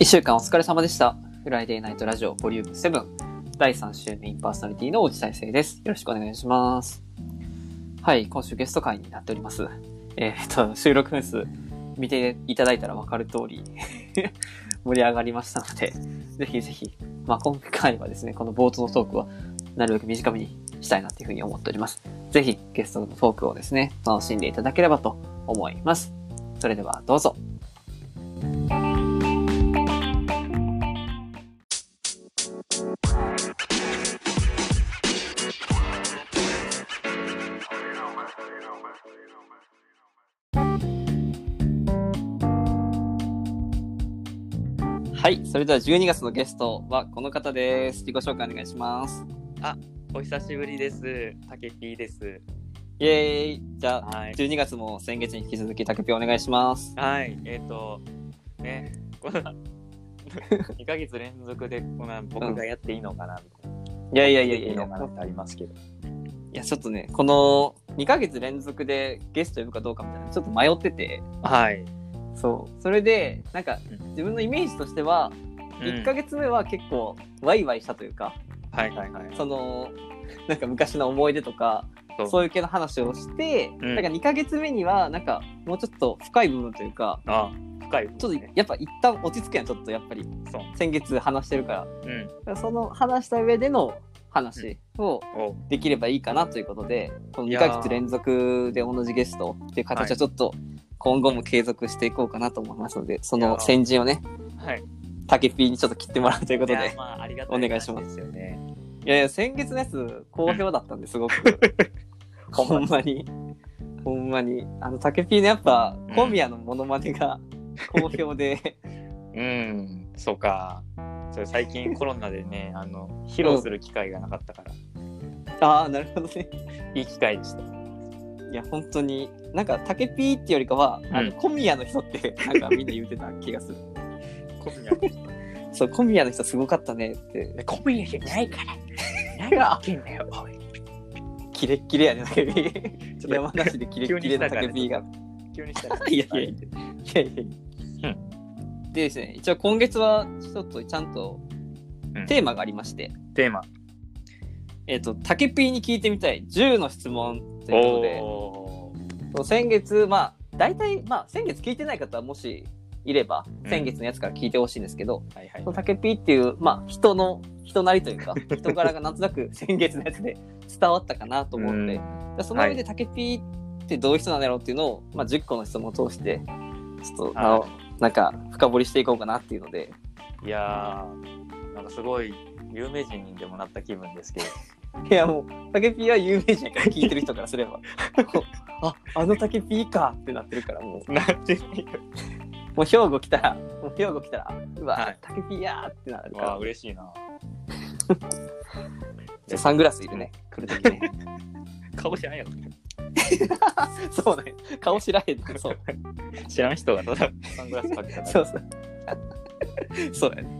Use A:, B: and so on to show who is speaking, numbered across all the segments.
A: 1週間お疲れ様でした。フライデーナイトラジオボリューム7第3週メインパーソナリティの内大成です。よろしくお願いします。はい、今週ゲスト会になっております。えーっと、収録分数見ていただいたらわかる通り 盛り上がりましたので、ぜひぜひ、まあ、今回はですね、この冒頭のトークはなるべく短めにしたいなというふうに思っております。ぜひゲストのトークをですね、楽しんでいただければと思います。それではどうぞ。はい、それでは12月のゲストはこの方です。自己紹介お願いします。
B: お久しぶりです。たけぴーです。
A: イエーイじゃあ、
B: はい。
A: 12月も先月に引き続きタケピお願いします。
B: はい。えっ、と、ね、 この2ヶ月連続で、この僕がやっていいのかな、みたいな。
A: いやいやい
B: い
A: やいやい
B: いの
A: や
B: か、なってありますけど。
A: いやちょっとね、この2ヶ月連続でゲスト呼ぶかどうかみたいな、ちょっと迷ってて、
B: はい。
A: そう。それで、なんか
B: うん
A: 自分のイメージとしては、1ヶ
B: 月、
A: 月目は結構ワイワイしたというか、
B: はいはいはい。
A: その、なんか昔の思い出とか、
B: そう
A: そういう系の話をして、
B: うん
A: なんか2ヶ月目には、なんかもうちょっと深い部分というか、
B: あ、深い、ね。
A: ちょっとやっぱ一旦落ち着くやん、ちょっとやっぱり
B: そう。
A: 先月話してるから。
B: うん。
A: その話した上での話を
B: お
A: できればいいかなということで、この
B: い
A: 2
B: やー
A: ヶ月連続で同じゲストっていう形はちょっと今後も継続していこうかなと思いますので、そ
B: いや
A: の
B: ー
A: 先陣をね、
B: はい。
A: タケピーにちょっと切ってもらうということ
B: い
A: で
B: や、まあ、ありがた
A: お願いします
B: 話ですよね。
A: いやいや、先月のやつ好評だったんですごく。ほんまに。ほんまに。あの、タケピーのやっぱ
B: うん、
A: 小宮のモノマネが好評で、
B: うん、そうか。それ最 近コロナでね、あの、披露する機会がなかったから、
A: ああ、なるほどね。
B: いい機会で した。
A: いや、本当に、なんか、タケピーってよりかは、あ
B: うん
A: の小宮の人 って、なんかみんな言ってた気がする。
B: 小宮。
A: そう、小宮の人すごかったねって、
B: 小宮じゃない から。何が起きんだよ、おい。
A: キレッキレやね、タケピー。
B: ちょっと
A: 山梨でキレッキレのタケピーが。
B: 急にしたら
A: いやいやいやいやいや。でですね、一応今月はちょっとちゃんと
B: うん
A: テーマがありまして、
B: テーマ
A: えっ、と、タケピーに聞いてみたい10の質問ということで、
B: おー
A: そう先月、まあ、大体、まあ、先月聞いてない方はもしいれば、
B: うん
A: 先月のやつから聞いてほしいんですけど、
B: はいはい
A: そのタケピーっていう、まあ、人の、人なりという か、人柄がなんとなく 先月のやつで伝わったかなと思って、
B: う
A: でその上でタケピーってどういう人なんだろうっていうのを、まあ、10個の質問を通して、ちょっと、あの
B: は
A: なんか、深掘りしていこうかなっていうので、
B: いやーなんかすごい有名人にでもなった気分ですけど
A: いやもう、タケピーは有名人やから聞いてる人からすれば、 あ、あのタケピーかってなってるから、もう、
B: なって
A: もう兵庫来たら、もう兵庫来たら、うわ、
B: はい
A: タケピーやーってなるか
B: わあ
A: ら、
B: 嬉しいな
A: じゃあサングラスいるね、来るときね。
B: 顔知らんやろ
A: そうね、顔知らへんねそう。
B: 知らん人がただ サングラスかけただけ
A: そうそう。そう やね。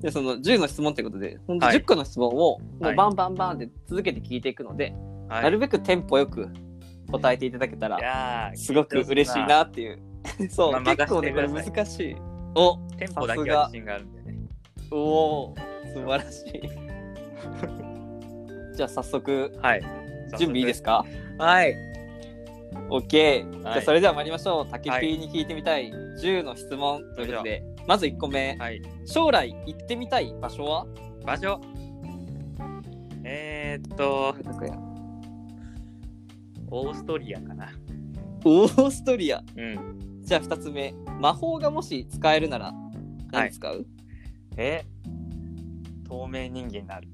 A: で、その10の質問ってことで、本当
B: はい
A: 10個の質問を、も
B: は
A: う
B: い
A: バンバンバンって続けて聞いていくので、
B: はい
A: なるべくテンポよく答えていただけた
B: い
A: ら、
B: やー
A: すごく嬉しいなっていう。そう、
B: まあ任
A: 結構
B: せ
A: ね、
B: て
A: こ
B: く
A: れ
B: ださい
A: 難しい。お
B: テンポだけは自信があるんでね
A: おお素晴らしい じゃあ早速
B: はい
A: 準備いいですか
B: はい
A: オッケーじ
B: はい
A: ゃあそれでは参りましょうタケピーに聞いてみたい10の質問ということで、まず1個目
B: はい
A: 将来行ってみたい場所は
B: 場所えー、っとオーストリアかな
A: オーストリア
B: うん
A: じゃあ2つ目魔法がもし使えるなら何使う、
B: え透明人間になる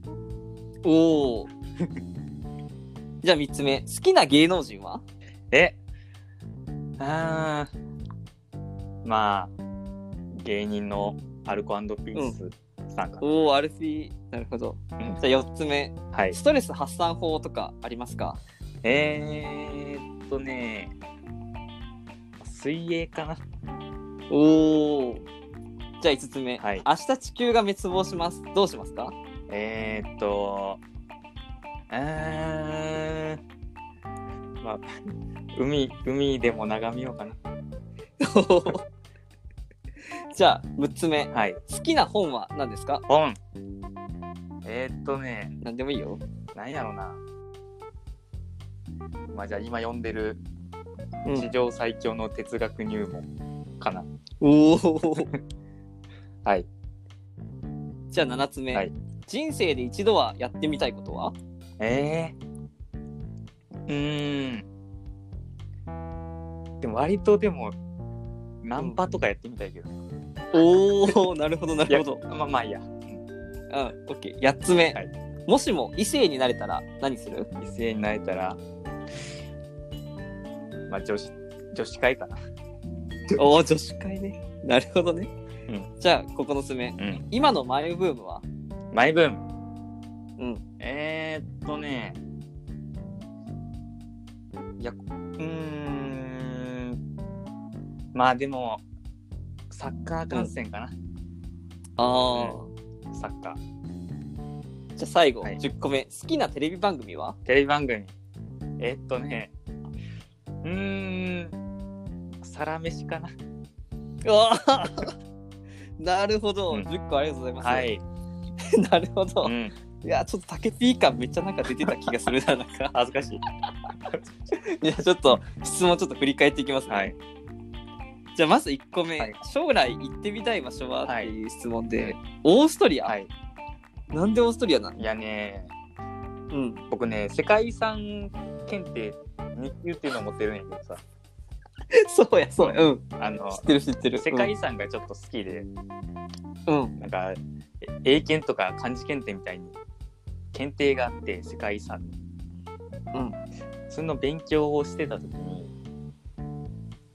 A: おお じゃあ3つ目好きな芸能人は
B: えあーまあ芸人のアルコピースさんかな、
A: おおアルフィーなるほど、
B: ん
A: じゃあ4つ目
B: はい
A: ストレス発散法とかありますか
B: えー、っとね水泳かな
A: おお。じゃあ5つ目、
B: はい
A: 明日地球が滅亡します。どうします か
B: えー、っとうーんまあ海海でも眺めようかな
A: おーじゃあ、6つ目。
B: はい。
A: 好きな本は何ですか
B: 本。えーっとね、
A: 何でもいいよ。
B: 何やろうな。まあじゃあ今読んでる
A: う
B: 史。上最強の哲学入門かな。
A: おお。
B: はい。
A: じゃあ、7つ目、
B: はい
A: 人生で一度はやってみたいことは
B: ええうーん。でも割とでも、ナンパとかやってみたいけど。
A: おお、 なるほど、ない
B: や
A: るほど。
B: まあまあいいや。うん
A: うん、オッケー。8つ目、
B: はい
A: もしも異性になれたら何する
B: 異性になれたら、まあ女子、女子会かな。
A: おお、女子会ね。なるほどね。
B: うん
A: じゃあ、9つ目。
B: うん。
A: 今のマイブームは
B: マイブーム。
A: うん。
B: えー、っとね。いや、うーん。まあでも、サッカー観戦かな。
A: ああ、
B: サッカー。
A: じゃあ最後、
B: はい
A: 10個目。好きなテレビ番組は
B: テレビ番組。えーっとね。うーん。サラメシかな。
A: うわーなるほど、
B: うん
A: 10個ありがとうございます。
B: はい。
A: なるほど。
B: うん。
A: いや、ちょっと竹ピー感めっちゃなんか出てた気がするな、なんか。
B: 恥ずかしい。
A: いや、ちょっと質問ちょっと振り返っていきますね。
B: はい。
A: じゃあまず1個目、
B: はい
A: 将来行ってみたい場所はっていう質問で、
B: はい
A: オーストリア、
B: はい。
A: なんでオーストリアなの
B: いやね。
A: うん。
B: 僕ね世界遺産検定2級っていうのを持ってるんやけどさ
A: そうや、そうや。うん。
B: あの
A: 知ってる、知ってる。
B: 世界遺産がちょっと好きで、
A: うん。うん。
B: なんかえ英検とか漢字検定みたいに検定があって世界遺産
A: うん
B: その勉強をしてた時に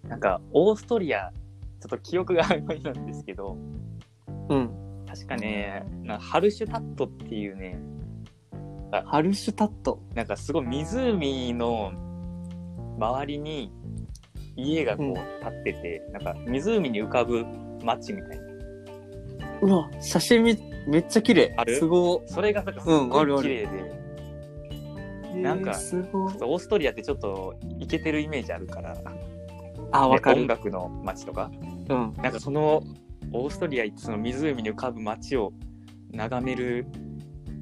B: なんかオーストリアちょっと記憶が曖昧なんですけど
A: うん。
B: 確かねなんかハルシュタットっていうね
A: ハルシュタット。
B: なんかすごい湖の周りに家がこ
A: うん
B: う建ってて、なんか湖に浮かぶ町みたいな。
A: うわ、写真めめっちゃ綺麗。
B: ある
A: すご
B: それがなんかす
A: うんある
B: ご
A: あ
B: い
A: る
B: 綺麗で、
A: い。
B: なんか
A: えーすごい。
B: オーストリアってちょっとイケてるイメージあるから、
A: あ、わか
B: 音
A: る。
B: 楽の町とか、
A: うん。
B: なんかそのオーストリア行ってその湖に浮かぶ町を眺める、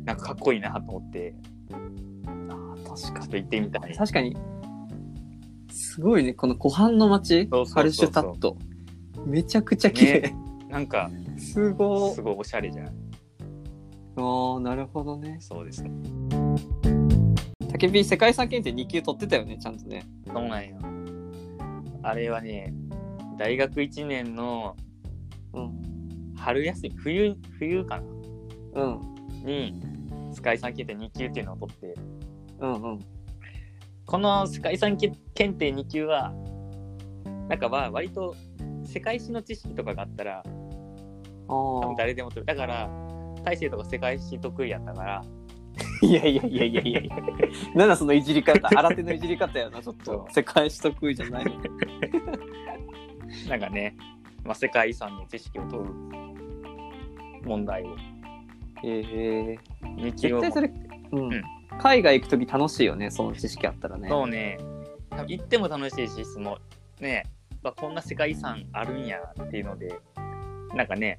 B: なんかかっこいいなと思って、
A: あ確
B: ちょ
A: か
B: っと行ってみたい
A: に。。確かに。すごいね、この湖畔の街
B: そうそうそう、そう
A: ハルシュタット。めちゃくちゃ綺麗。
B: なんか
A: すごい
B: す。ごいおしゃれじゃない
A: ああ、なるほどね。
B: そうですね。
A: たけび世界遺産検定2級取ってたよね、ちゃんとね。
B: そうなんよ。あれはね、大学1年の
A: うん。
B: 春休み、冬、冬かな
A: うん。
B: に、世界遺産検定2級っていうのを取って、
A: うんうん。
B: この世界遺産検定2級は、なんかは割と世界史の知識とかがあったら、多分
A: あ
B: 誰でも取る。だから、大勢とか世界史得意やったから、
A: あ。いやいやいやいやいやいや。 なんだそのいじり方。新手のいじり方やな、ちょっと
B: そ。う
A: 世界史得意じゃない。
B: なんかね、まあ、世界遺産の知識を取る問題を、
A: ええ
B: 2級
A: 絶対
B: を持って
A: それ、うん。
B: うん
A: 海外行くとき楽しいよね、その知識あったらね。
B: そうね。行っても楽しいし、そのね、まあ、こんな世界遺産あるんやっていうので、なんかね、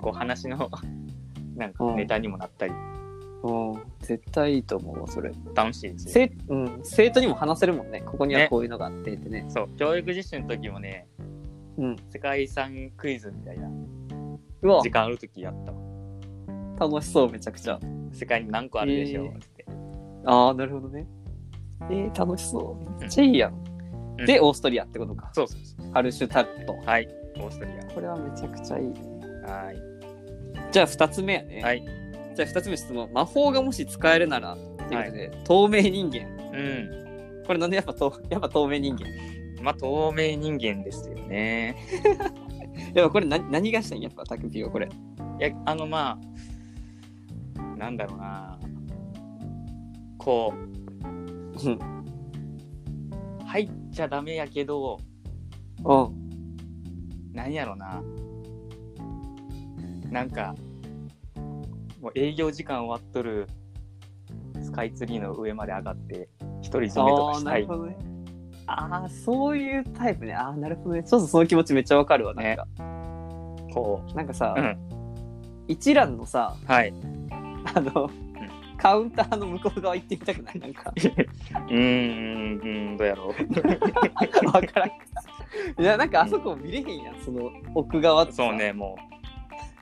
B: こう話の なんか
A: うん
B: ネタにもなったり、
A: うん。絶対いいと思うわ、それ。
B: 楽しいですよ。
A: 生,、うん、生徒にも話せるもんね。ここには
B: ね
A: こういうのがあってってね。
B: そう、教育実習の時もね、
A: うん。
B: 世界遺産クイズみたいな、
A: うわ
B: 時、間ある時やったわ。
A: 楽しそう、めちゃくちゃ。
B: 世界に何個あるでしょう
A: えー
B: って。
A: ああ、なるほどね。えー、楽しそう。めっちゃいいやん。
B: うん
A: で、オーストリアってことか。
B: そうそうそ
A: ハルシュタット。
B: う。はい、オーストリ
A: これはめちゃくちゃいいね。
B: ア。はい。
A: じゃあ2つ目やね。
B: はい。
A: じゃあ2つ目質問。魔法がもし使えるなら、っていうことで、透明人間。
B: う
A: これなんでやっぱと やっぱ透明人間
B: ん。まあ、透明人間ですよね。
A: やっぱこれ何何がしたいんやっぱタクピーはこれ。
B: いやあのまあなんだろうなこ
A: うん。うん。
B: う入っちゃダメやけどなんやろななんかもう営業時間終わっとるスカイツリーの上まで上がって独り占めと
A: あ
B: か
A: あ、
B: した
A: なる
B: い
A: ほどね。ああ、そういうタイプね。ああ、なるほどね。ちょっとその気持ちめっちゃわかるわ。なんか。
B: こ
A: なんかさ、
B: う。うん。
A: 一覧のさ、
B: はい。
A: あの、カウンターの向こう側行ってみたくないなんか、
B: うーん、うーん、どうや ろ
A: わからんいや、なんかあそこ見れへんやん、その奥側って
B: う。
A: さ
B: そう。ね、も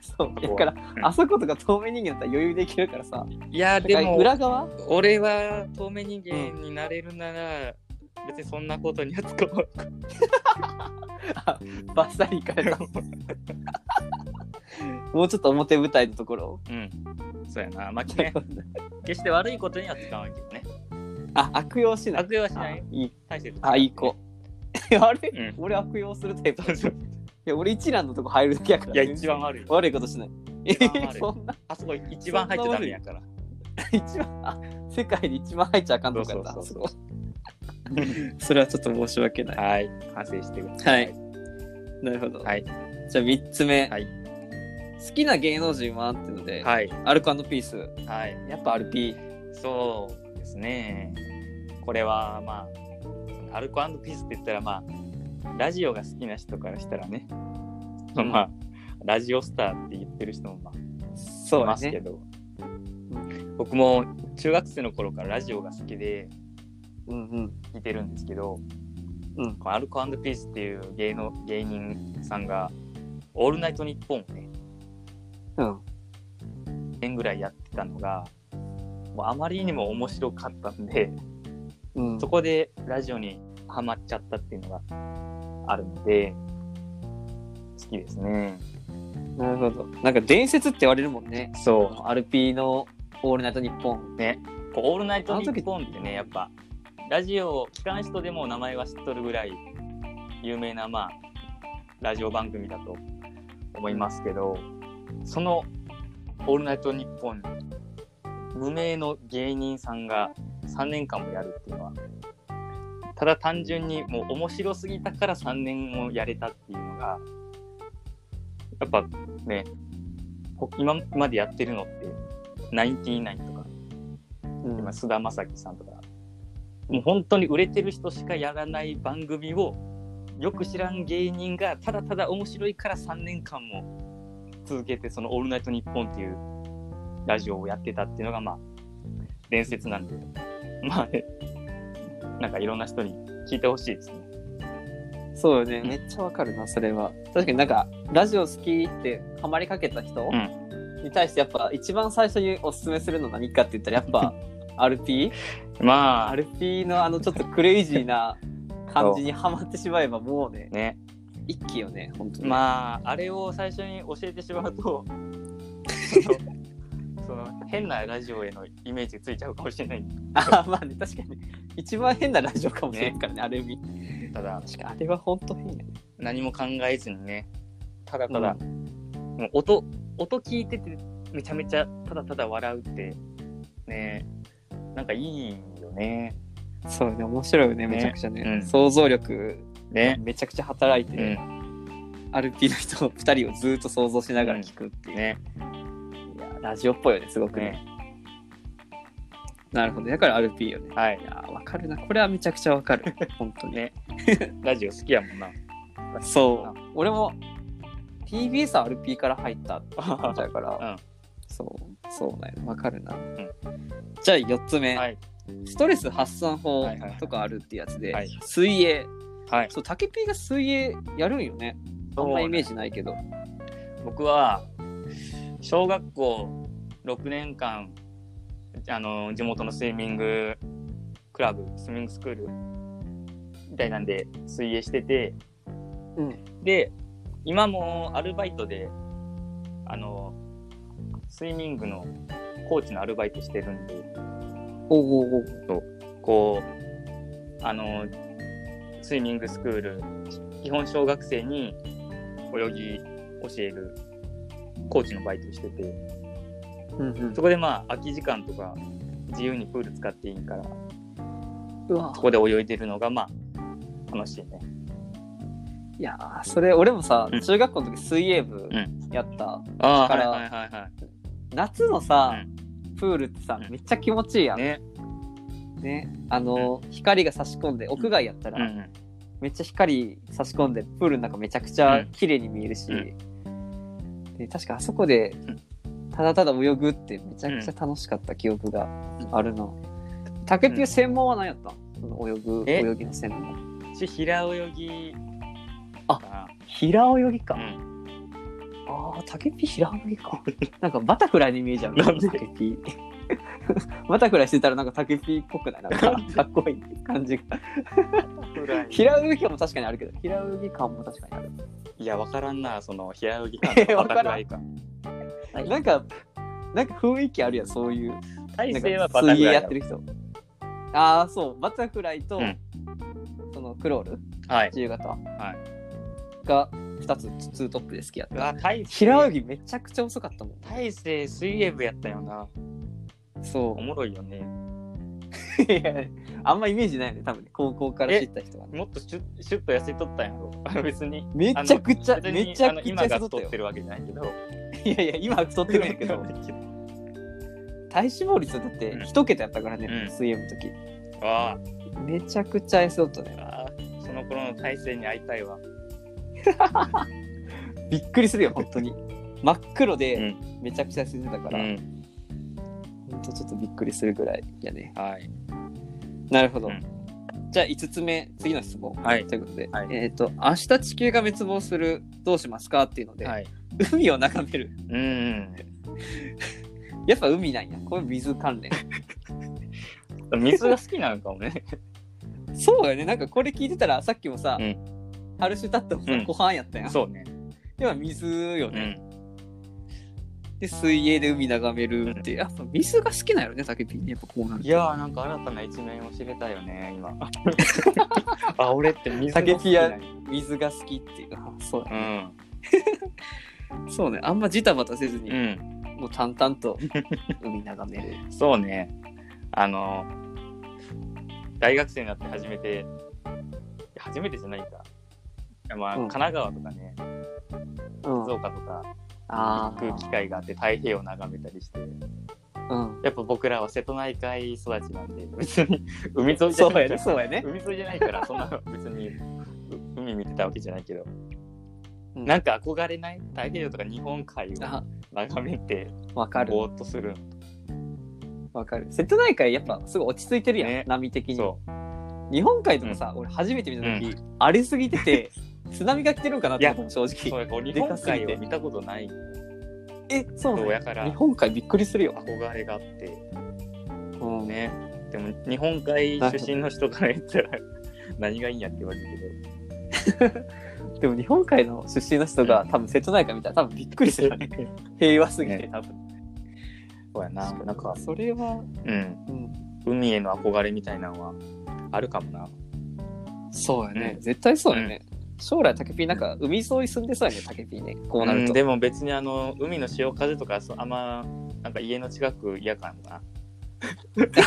A: そう。
B: そ
A: だ
B: こ
A: か
B: は
A: ら、あそことか透明人間だったら余裕でいけるからさ、
B: う。いや、で
A: なんか
B: も、
A: 裏側
B: 俺は透明人間になれるなら、別にそんなことには使わない。
A: バッサリ行かれた。 もうちょっと表舞台のところ。
B: うん。そうやな。まあ、 ね、決して悪いことには使わないけどね。
A: あ、悪用しない。
B: 悪用はしない。
A: あいい
B: 大して使わな
A: あ、いい子。 あれ、
B: うん
A: 俺悪用するタイプ。
B: そうそう
A: いや、俺一覧のとこ入るだけやから。
B: いや、一番悪い。
A: 悪いことしない。え
B: 一番悪い
A: そんな、
B: あそこ一番入っちゃダメやから。
A: 一番、あ、世界で一番入っちゃあかんのかやった。
B: そうそう
A: そこそれはちょっと申し訳ない。
B: はい。反省してください。
A: なるほど。
B: はい。
A: じゃあ3つ目。
B: はい
A: 好きな芸能人はっていうので、
B: はい。
A: アルコピース。
B: はい。
A: やっぱアルピー。
B: そうですね。これは、まあ、アルコピースって言ったら、まあ、ラジオが好きな人からしたらね、
A: うん
B: まあ、ラジオスターって言ってる人も、まあ、
A: そ
B: いう
A: だ
B: ますけ
A: ね。
B: ど、僕も中学生の頃からラジオが好きで
A: うんうん。
B: 聞いてるんですけど、
A: うん
B: このアルコピースっていう芸能芸人さんが、オールナイトニッポンをね、
A: うん。
B: 年ぐらいやってたのが、もうあまりにも面白かったんで、
A: うん
B: そこでラジオにハマっちゃったっていうのがあるので、好きですね。
A: なるほど。なんか伝説って言われるもんね。
B: そ
A: アルピーのオールナイトニッポン。
B: う。ね。こうオールナイト
A: あの
B: ニ
A: 時
B: ッポンってね、やっぱ、ラジオを聞かん人でも名前は知っとるぐらい、有名な、まあ、ラジオ番組だと思いますけど、その、オールナイトニッポン、無名の芸人さんが3年間もやるっていうのは、ただ単純にもう面白すぎたから3年もやれたっていうのが、やっぱね、ほ今までやってるのって、ナインティナインとか、
A: うん
B: 今、菅田将暉さんとか、もう本当に売れてる人しかやらない番組を、よく知らん芸人が、ただただ面白いから3年間も続けて、そのオールナイトニッポンっていうラジオをやってたっていうのが、まあ、伝説なんで、まあね、なんかいろんな人に聞いてほしいですね。
A: そうよね、
B: うん
A: めっちゃわかるなそれは確かになんかラジオ好きってハマりかけた人、
B: ん
A: に対してやっぱ一番最初におすすめするの何かって言ったらやっ ぱ RP?RP
B: まあ、
A: のあのちょっとクレイジーな感じにハマってしまえばもうね
B: ね、
A: 一気よね本当に、
B: まあ、あれを最初に教えてしまうと、 そのその変なラジオへのイメージついちゃうかもしれない。
A: あ まあね確かに一番変なラジオかもしれんからねある意味
B: ただ、
A: 確かにあれは本当変やね
B: 何も考えずにねただただ、もう音音聞いててめちゃめちゃただただ笑うってねなんかいいよね
A: そうね面白いよねめちゃくちゃね
B: うん
A: 想像力
B: ね
A: めちゃくちゃ働いうて、
B: ん
A: RP の人2人を ずっと想像しながら聞くっていう、
B: ね
A: いやラジオっぽいよねすごくね
B: ね
A: なるほどだから RP よね
B: はい
A: いやーわかるなこれはめちゃくちゃわかる本当に
B: ねラジオ好きやもんな
A: そう俺も TBS は RP から入ったって言っちゃうか
B: う
A: ら、
B: ん
A: そうそうなんやわかるな、じゃあ4つ目、
B: はい
A: ストレス発散法
B: はいはいはい
A: とかあるってやつで、
B: はい
A: 水泳
B: はい
A: そう竹ピーが水泳やるんよねあんまイメージないけど
B: 僕は小学校6年間あの地元のスイミングクラブスイミングスクールみたいなんで水泳してて
A: うん
B: で今もアルバイトであのスイミングのコーチのアルバイトしてるんで
A: おうおうおう
B: こうあのスイミングスクール基本小学生に泳ぎ教えるコーチのバイトしてて
A: うんうん
B: そこでまあ空き時間とか自由にプール使っていいから
A: うわ
B: そこで泳いでるのがまあ楽しいね
A: いやーそれ俺もさ
B: うん
A: 中学校の時水泳部
B: ん
A: やった、
B: あ
A: ー
B: はいは
A: はい
B: いはい
A: 夏のさ、
B: う
A: プールってさ
B: うん
A: めっちゃ気持ちいいや
B: はい
A: ん、
B: ね
A: ねあの光が差し込んで屋外やった
B: うん
A: ら、
B: うん
A: めっちゃ光差し込んでプールの中めちゃくちゃ綺麗に見えるし、
B: うん
A: で確かあそこで
B: ん
A: ただただ泳ぐってめちゃくちゃ楽しかった記憶があるの。竹ピュー専門は何やったんその泳ぐ、
B: え
A: 泳ぎの専門。
B: うち平泳ぎ
A: あ
B: か
A: 平泳ぎか。
B: なうん
A: ああ、竹ピー平泳ぎか。 なんかバタフライのイメージある
B: なんで
A: 竹ピー。 バタフライしてたらなんか竹ピーっぽくないなんか
B: なんで
A: かっこいい感じが。
B: ぐらい
A: 平泳ぎ感も確かにあるけど、平泳ぎ感も確かにある。
B: いやわからんなそ の平泳ぎか
A: えわ
B: バ
A: からん
B: タフライかはい
A: なんか、なんか雰囲気あるやん、そういう。
B: 体
A: なん
B: 勢は
A: か
B: バタ
A: 水
B: フ
A: 泳
B: ライ
A: や
B: だ
A: ってる人。ああ、そう、バタフライと、
B: うん
A: そのクロール、
B: はい
A: 自由形、
B: は
A: が2つ、ツツートップで好きやっ
B: う
A: た。
B: わ体勢
A: 平泳ぎめちゃくちゃ遅かったも。
B: 大勢水泳部やったよなん
A: そ
B: おもろいよね
A: う。 いやあんまイメージないよね、多分ね、高校から知った人はね。
B: もっとシュッシュッと痩せとったんやろ あの別に
A: めちゃくちゃ、
B: 別に
A: めちゃ
B: あの
A: くち
B: 今
A: ゃ
B: が
A: 太っ
B: 太
A: た
B: っ
A: よ
B: て。るわけじゃないけ ど
A: いやいや、今は太ってるんやけど、体脂肪率だって一桁やったからね、
B: うん
A: 水泳の時。
B: わ
A: めちゃくちゃ痩せとったね。
B: あわあその頃の体勢に会いたいわ
A: びっくりするよ、本当に。真っ黒
B: う
A: で
B: ん
A: めちゃくちゃ痩せてたから、
B: ん
A: 本当ちょっとびっくりするぐらいやね。
B: はい
A: なるほど。
B: うん
A: じゃあ5つ目、次の質問。
B: はい
A: ということで、
B: はい
A: えっ、と、明日地球が滅亡する、どうしますかっていうので、
B: はい
A: 海を眺める。
B: うんうん
A: やっぱ海なんや。これ水関連。
B: 水が好きなのか もね
A: そうよね。なんかこれ聞いてたら、さっきもさ、
B: う
A: ハルシュタットもさ、
B: うん
A: ご飯やったやん。
B: そうね
A: では水よ
B: う
A: ね、
B: ん
A: で、水泳で海眺めるって、やっぱ水が好きなんやろね、竹ピーね。やっぱこうなる
B: い。やーなんか新たな一面を知れたよね 今あ俺って水
A: 竹
B: が好
A: ピ
B: きな
A: や
B: んや
A: 水が好きっていうあそうだ
B: う
A: ね、
B: ん
A: そうねあんまジタバタせずに、
B: うん
A: もう淡々 と海眺める
B: そうねあの大学生になって初めていや初めてじゃないかいやまあ、
A: うん
B: 神奈川とかね
A: うん
B: 静岡とか
A: あ
B: 行く機会があって太平洋を眺めたりして
A: あうん
B: やっぱ僕らは瀬戸内海育ちなんで別に 海沿いじ
A: そ
B: ゃ
A: う
B: な
A: や
B: いか
A: ね
B: ら
A: そうやね、
B: 海沿いじゃないからそんな別にう海見てたわけじゃないけど、
A: うん
B: なんか憧れない太平洋とか日本海を
A: あ
B: 眺めて
A: わかる
B: ぼーっとする
A: わかる瀬戸内海やっぱすごい落ち着いてるやん、
B: ね
A: 波的に
B: そ
A: 日本海とかさ、俺初めて見た時、荒れすぎてて津波が来てるんかなと思ったの
B: う
A: 正
B: そう
A: 直
B: やっぱ日
A: でか
B: 本
A: すぎて
B: 海を見たことない
A: えそうなん
B: そう
A: や
B: やから
A: 日本海びっくりするよ、
B: 憧れがあって
A: うん
B: ねでも日本海出身の人から言ったら 何がいいんやって言われるけ
A: でも日本海の出身の人が多分瀬戸内海見たら多分びっくりする よね平和すぎて
B: ね
A: 多分、
B: どそうやななんか
A: それは、
B: うん
A: うん、
B: 海への憧れみたいなのはあるかもな
A: そうやね、
B: うん
A: 絶対そうやね、将来タケピーなんか海沿い住んでそうやねタケピーねこうなると、
B: んでも別にあの海の潮風とかそうあんまなんか家の近く嫌かな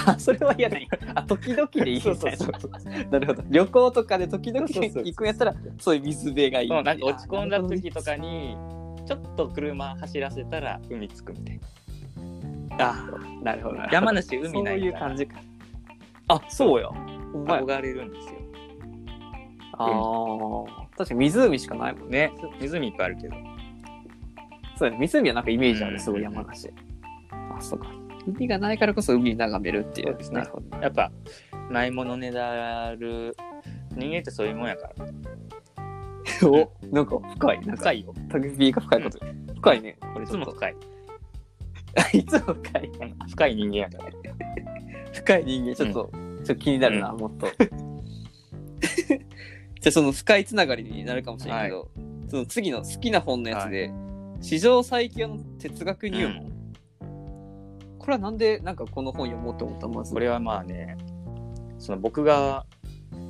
A: あ それは嫌ないあ時々でいいみたいな
B: そう
A: なるほど旅行とかで時々
B: そうそうそう
A: 行くんやったらそういう水辺がいい
B: そうなんか落ち込んだ時と
A: あ
B: かにちょっと車走らせたら海着くみたい
A: なるほどね
B: な
A: あーなるほど
B: 山梨海ない
A: そういう
B: から
A: 感じかあそうやほんまや
B: 憧れるんですよ
A: あー確かに湖しかないもん
B: ね湖いっぱいあるけど
A: そうやね湖はなんかイメージあ
B: う
A: る
B: ん
A: すごい山梨あそうか海がないからこそ海眺めるっていう
B: そうですね
A: なるほど
B: やっぱないものねだる人間ってそういうもんやから
A: おなんか深いなんか
B: 深いよ
A: タグビーが深いこと、深いねこれ
B: い
A: ち
B: つ
A: ょっ
B: も
A: と
B: 深い
A: いつも深い
B: うん深い人間やから
A: 深い人間ちょっと,、ちょっと気になるな、もっ とじゃあその深いつながりになるかもしれないけど、その次の好きな本のやつで、史上最強の哲学入門、これはなんでなんかこの本読もうと思ったのまず
B: これはまあねその僕が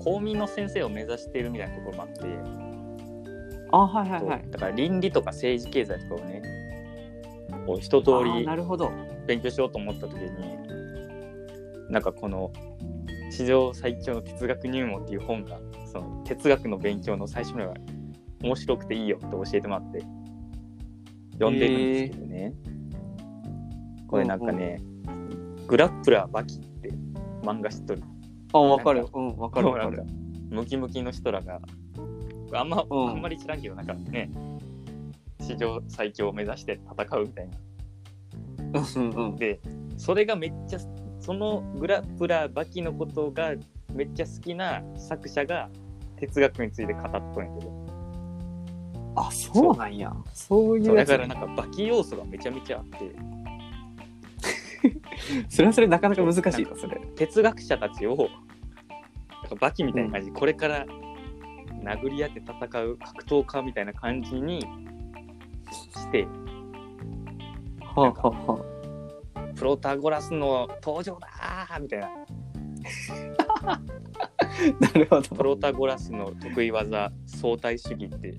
B: 公民の先生を目指しているみたいなところもあって、
A: あはいはいはい
B: だから倫理とか政治経済とかをねこう一通
A: あー
B: り
A: なるほど
B: 勉強しようと思った時になんかこの「史上最強の哲学入門」っていう本がその哲学の勉強の最初のが面白くていいよって教えてもらって読んでるんですけどね、これなんかね「グラップラーバキ」って漫画知っとる
A: あわかるうんわかる
B: もう
A: わ
B: な
A: か
B: んか
A: る
B: ムキムキの人らがあんま、
A: うん
B: あんまり知らんけどなんかね史上最強を目指して戦うみたいな。
A: うんうん
B: で、それがめっちゃ、そのグラップラーバキのことがめっちゃ好きな作者が哲学について語っとんやけど、
A: あ、そうなんや。そうい
B: そううだ
A: やつ
B: から。なんかバキ要素がめちゃめちゃあって、
A: それはそれなかなか難しいな、それ。
B: 哲学者たちをなんかバキみたいな感じでこれから殴り合って戦う格闘家みたいな感じにして
A: はあ、はあ、は
B: プロタゴラスの登場だーみたいな
A: あ。なるほ
B: プ
A: ど。
B: ロタゴラスの得意技相対主義って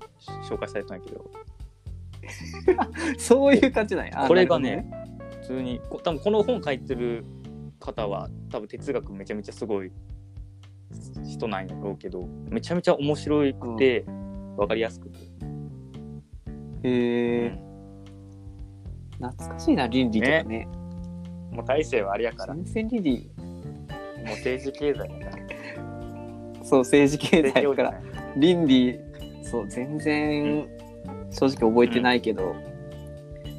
B: 紹介されたんやけど
A: そういう感じなんや。あ
B: これが。
A: なる
B: ね普通にこ多分この本書いてる方は多分哲学めちゃめちゃすごい人なんやろうけどめちゃめちゃ面白くて分かりやすくて。
A: ほどねへえ。懐かしいな、倫理とかね。
B: もう大勢はあれやから、も
A: 新鮮倫理。
B: う政治経済やから。
A: そう、政治経済
B: 政治
A: から。倫理、そう、全然、正直覚えてないけど、
B: 経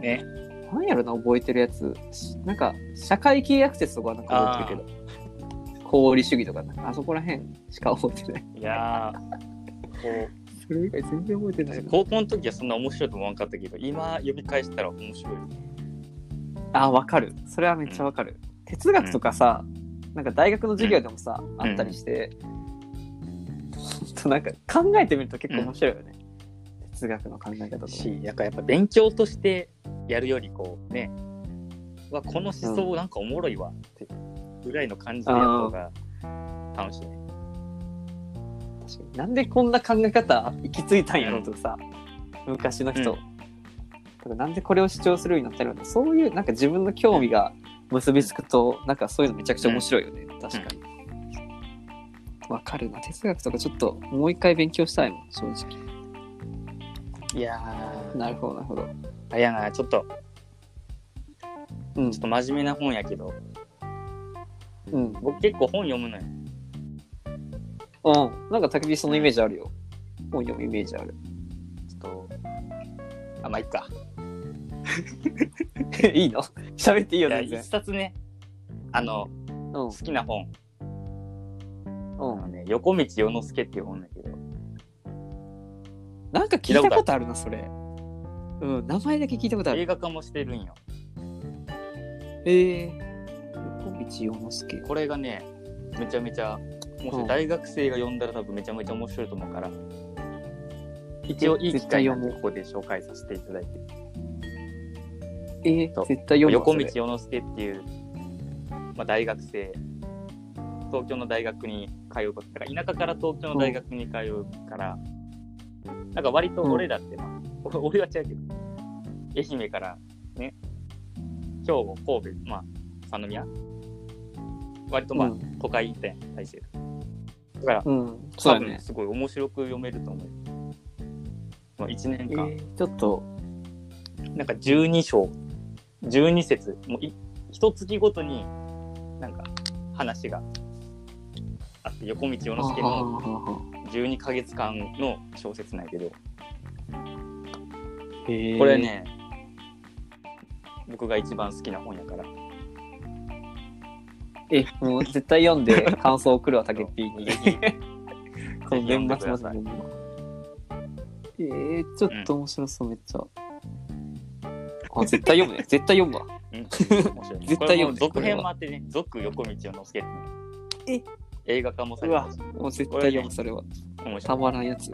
B: 済ね。
A: なんやろな、覚えてるやつ。しなんか、社会契約説とかはなんか覚えてるけど、功理主義とか、なんかあそこら辺しか覚えてない。
B: いやー、こ
A: それ以外全然覚えてな
B: う
A: い。
B: 高校の時はそんな面白いと思わんかったけど、今呼び返したら面白い。
A: あ、わかる。それはめっちゃわかる。哲学とかさ、なんか大学の授業でもさ、
B: ん
A: あったりして、ちょっとなんか考えてみると結構面白いよね。哲学の考え方とか。
B: し、やっぱやっぱ勉強としてやるより、こうね、うわ、この思想なんかおもろいわってぐらいの感じでやった方が楽しいね。
A: 確かになんでこんな考え方行き着いたんやろうとかさ、昔の人、
B: うん
A: とかなんでこれを主張するようになったのかそういうなんか自分の興味が結びつくと、なんかそういうのめちゃくちゃ面白いよね、確かにわ、かるな哲学とかちょっともう一回勉強したいもん正直
B: いや
A: なるほどなるほど
B: ー、あれやな、ちょっと、
A: うん
B: ちょっと真面目な本やけど、
A: うん
B: 僕結構本読むのよ。
A: うんなんか焚き火そのイメージあるよ本読むイメージある
B: ちょっと、あ、まあ、いっか。
A: いいの 喋っていいよ
B: いや
A: 全
B: 一
A: 然
B: 冊ね、あの、
A: うん
B: 好きな本、
A: う
B: あの
A: ん
B: ね、横道世之助っていう本だけど、
A: なんか聞いたことあるなそれうん名前だけ聞いたことある
B: 映画化もしてるんよ。
A: ええ横道洋之助。
B: これがね、めちゃめちゃ面白い。
A: うん
B: 大学生が読んだら多分めちゃめちゃ面白いと思うから、一応いい機
A: 絶対
B: 会な
A: 読
B: んで
A: む。
B: ここで紹介させていただいて。
A: ええ
B: そう
A: 絶対読むわ。
B: 横
A: そ
B: 道
A: れ
B: 世之助っていう、まあ、大学生、東京の大学に通うこと、だから田舎から東京の大学に通うから、なんか割と俺らって、まあ お俺は違うけど、愛媛からね、兵庫、神戸、まあ、三宮割とまあ、
A: うん
B: 都会行ったやん、大勢だから、
A: うん。そう
B: 多
A: だ
B: 分
A: ね。
B: すごい面白く読めると思う。まあ、1
A: え
B: 年
A: え
B: 間、
A: ちょっと、
B: なんか12章、12節、もうい一月ごとに、なんか話があって、横道世之助の12ヶ月間の小説なんやけど、こ
A: こ
B: れ。ね、僕が一番好きな本やから、
A: え、もう絶対読んで感想送るわ、タケピーに
B: ぜ。ひ
A: この
B: 読んで
A: 年
B: く
A: 末
B: だ
A: ま
B: さい
A: でに。ええちょっと面白そう、めっちゃ。あ、絶対 読むね。絶対読むわ。
B: うん 面白いね
A: 絶対読んでこ
B: これも続編
A: れは
B: もあってね、続横道世之助ってね
A: え
B: 映画化もされたし
A: もう絶対読む、それは。
B: 面白
A: た
B: い。
A: まらんやつ。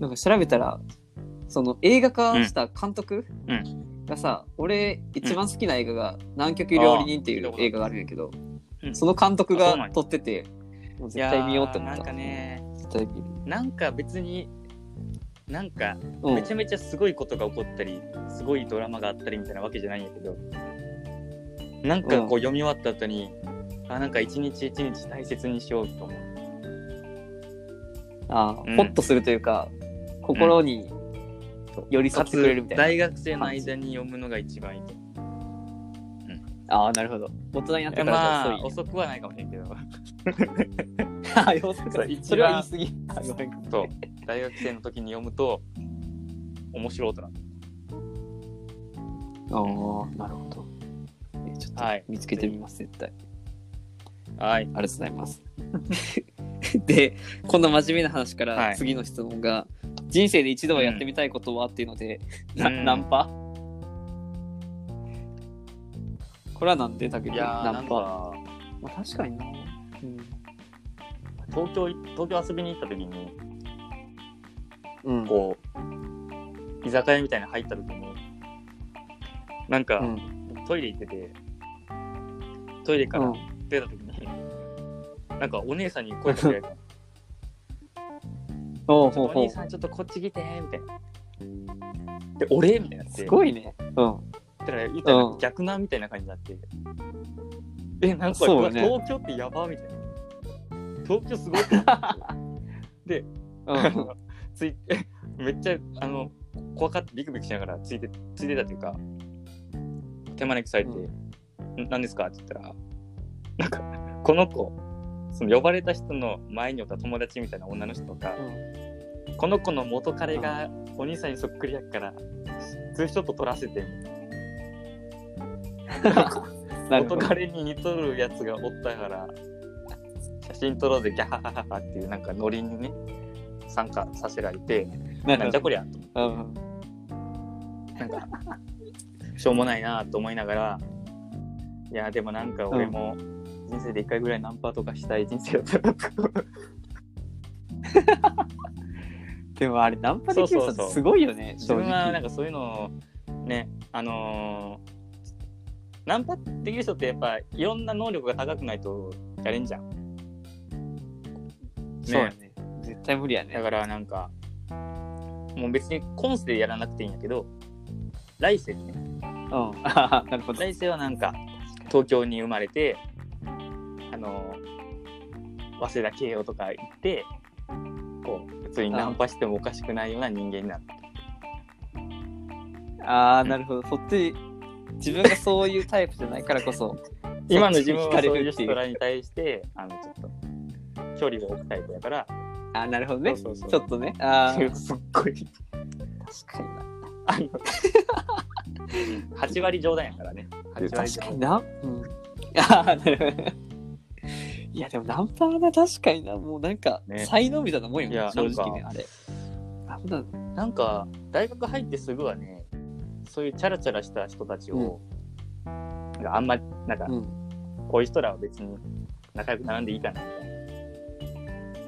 A: なんか調べたら、その映画化した監督
B: う
A: がさ、俺一番好きな映画が南極料理人っていう映画があるんやけど、
B: うん
A: その監督
B: あそうなん
A: が
B: や
A: 撮ってて、もう絶対見ようって思っ
B: い
A: た。
B: やーなんかね、
A: 絶対見る。
B: なんか別に、なんか
A: うん
B: めちゃめちゃすごいことが起こったりすごいドラマがあったりみたいなわけじゃないんやけどなんかこう読み終わった後に、あなんか一日一日大切にしようと思う
A: あー
B: うん
A: ホッとするというか、心に寄り添
B: か
A: ってくれるみた
B: つ
A: いな。
B: 大学生の間に読むのが一番いいと思う
A: ああ、なるほど。大人になって
B: え
A: から
B: まあ
A: じゃ
B: 遅く はないかもしれんけど
A: 遅い。あー、要するに
B: そう一番
A: それは言い過ぎ。
B: そう大学生の時に読むと面白いとなって
A: ああ、なるほど。えちょっと
B: はい
A: 見つけてみます、絶対。
B: は
A: あ
B: い
A: りがとうございます。 で、こんな真面目な話か
B: は
A: ら
B: い
A: 次の質問が、人生で一度はやってみたいことはっていうので、
B: うん
A: な
B: うん
A: ナンパこれはなんで、たけ
B: い
A: る
B: やー
A: ナ
B: な
A: ン
B: ん
A: パ。
B: か
A: まあ、確かにな。
B: 東京東京遊びに行った時に
A: うん。うん。
B: こう居酒屋みたいなの入った時になんか、
A: うん
B: トイレ行っててトイレか
A: う
B: ら
A: ん
B: 出た時に、なんかお姉さんに声かけられたの
A: おう ほう
B: お
A: ほ
B: 兄
A: う。
B: さんちょっとこっち来てみたいなで俺みたいになって
A: すごいね。うん。
B: だから言ったら
A: うん
B: 逆なみたいな感じになって、えなんかこれ
A: そうね
B: 東京ってやばみたいな東京すごいってなって
A: うん
B: あ のついえめっちゃあの怖かってビクビクしながらついてついてたというか手招きされて
A: う
B: 「ん何ですか?」って言ったらなんかこの子その呼ばれた人の前におった友達みたいな女の人がこの子の元彼がお兄さんにそっくりやっからツーショット撮らせて
A: うん。なるほ
B: 元
A: ど。
B: 彼に似とるやつがおったから写真撮ろうぜギャハハハハっていうなんかノリにね参加させられて
A: な
B: なんじゃこりゃと思っ
A: うん。
B: てなんかしょうもないなと思いながらいやでもなんか俺も人生で一回ぐらいナンパとかしたい人生だったなと
A: でもあれ、ナンパできる人
B: そうそうそう
A: すごいよね、
B: 自
A: 正
B: 分はな
A: 直。
B: んかそういうのをねあのーナンパできる人ってやっぱいろんな能力が高くないとやれんじゃん
A: そうやね。絶対無理やね
B: だ。からなんか、もう別に今世でやらなくていいんやけど、来世ね。
A: うん。 あーなるほど。
B: 来世はなんか、東京に生まれて、あの、早稲田慶応とか行って、こう、普通にナンパしてもおかしくないような人間になる。
A: ああ、なるほど。そっち、自分がそういうタイプじゃないからこそ。
B: 今の自分
A: そ
B: は
A: っちに惹か
B: そう
A: れ
B: い
A: る
B: う
A: ってい
B: 人
A: う
B: らに対して、あの、ちょっと、距離を置くタイプやから、
A: あーなるほどね。
B: そうそう
A: ち
B: そ
A: ょっとね。ああ、確
B: すっご い、
A: かにな。
B: あの、8割冗談やからね。8割
A: 確
B: 冗
A: か
B: 談
A: にな。うん。ああ、なるほど。いや、でもナンパはな、確かにな。もうなんか、
B: ね
A: 才能みたいなもんよ
B: い
A: ね
B: や、
A: 正直ね、
B: な
A: あれ。あんな
B: なんか大学入ってすぐはねそういうチャラチャラした人たちを、なんかあんまなんか、
A: うん。
B: こういう人らは別に仲良くならんでいいかなみたい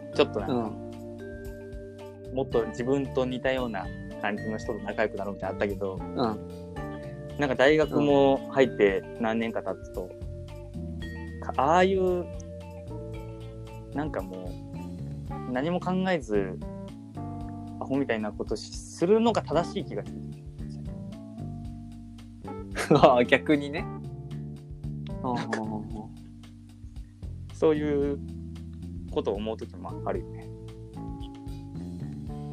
B: なちょっとなん
A: う
B: か、
A: ん。
B: もっと自分と似たような感じの人と仲良くなろうみたいなのあったけど
A: うん。
B: なんか大学も入って何年か経つと、かああいうなんかもう何も考えずアホみたいなことしするのが正しい気がする。
A: ああ、 逆にね。ああ、
B: そういうことを思うときもあるよね。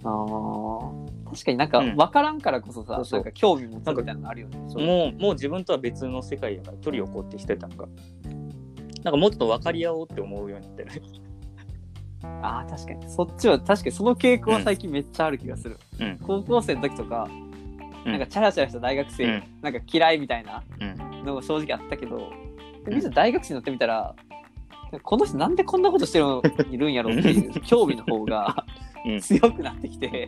A: あー確かになんか、
B: うん
A: わからんからこそさ、
B: そうそう
A: なんか興味持つみたいなのあるよね。う。
B: もう、もう自分とは別の世界やから、距離をこうってしてたのか。なんかもうちょっと分かり合おうって思うようになってる。
A: ああ、確かに。そっちは、確かにその傾向は最近めっちゃある気がする。
B: うん
A: 高校生の時とか、
B: うん
A: なんかチャラチャラした大学生、
B: うん
A: なんか嫌いみたいな
B: うん。
A: のが正直あったけど、
B: うん
A: みんな大学生になってみたら、この人なんでこんなことしてるのいるんやろうっていう興味の方が
B: うん
A: 強くなってきて、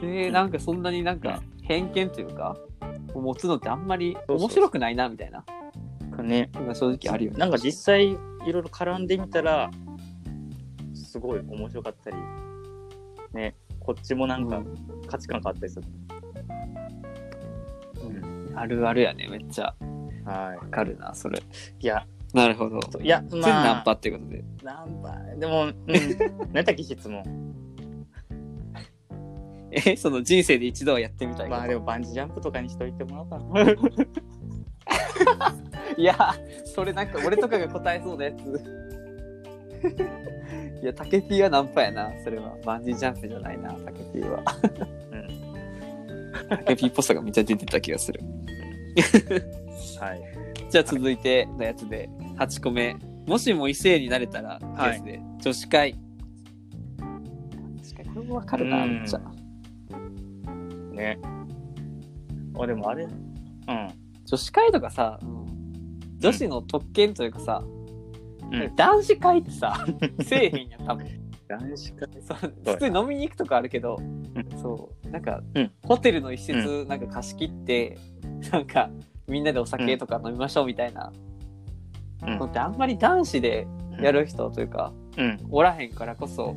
A: で、なんかそんなになんか偏見というか、持つのってあんまり面白くないなみたいな、
B: ね。
A: のが正直あるよね。
B: なんか実際、いろいろ絡んでみたら、すごい面白かったり、ね、こっちもなん
A: う
B: か価値観変わったりする。
A: あるあるやね、めっちゃ。わ
B: は
A: かるな、それ。
B: い。いや、
A: なるほど。
B: いや、まあ、
A: 全ナンパっていうことで。
B: ナンパで も、うん。何だっけ質問。
A: え、その人生で一度はやってみたいこと。
B: まあでもバンジージャンプとかにしといてもらおうか な。
A: いや、それなんか俺とかが答えそうなやつ。いや、タケピーはナンパやな、それは。バンジージャンプじゃないな、タケピーは。
B: うん。
A: タケピーっぽさがめっちゃ出てた気がする。
B: はい。
A: じゃあ続いてのやつで、8個目。もしも異性になれたら、
B: はい
A: ですね、女子会。わかるな、
B: うん
A: めっちゃ。
B: ね。あ、でもあれ、うん。
A: 女子会とかさ、女子の特権というかさ、
B: うん
A: 男子会って さ、せえへんやん、多分。
B: 男子会
A: そう普通に飲みに行くとかあるけど、そう、なんか、
B: うん
A: ホテルの一室なんか貸し切って、なんか、みんなでお酒とか飲みましょうみたいな
B: うん
A: のって、あんまり男子でやる人というか、
B: うん。
A: おらへんからこそ、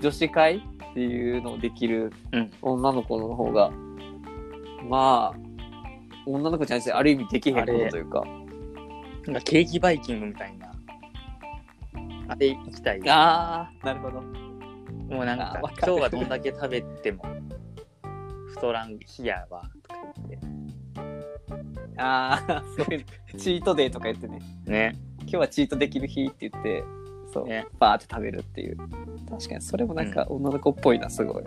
A: 女子会っていうのをできる
B: うん
A: 女の子の方が、まあ、女の子じゃなくて、ある意味できへんことというか。
B: なんかケーキバイキングみたいな。あれ行きたい。
A: ああ、なるほど。
B: もうなん
A: あ
B: か、
A: わ
B: 今
A: か
B: 日
A: る
B: はどんだけ食べても太らん日やわ、とか言っ
A: ああ、そういうチートデーとか言ってね、
B: て。ね。
A: 今日はチートできる日って言って、そう、
B: ね
A: バーって食べるっていう。確かに、それもなんか女の子っぽいな、すごい。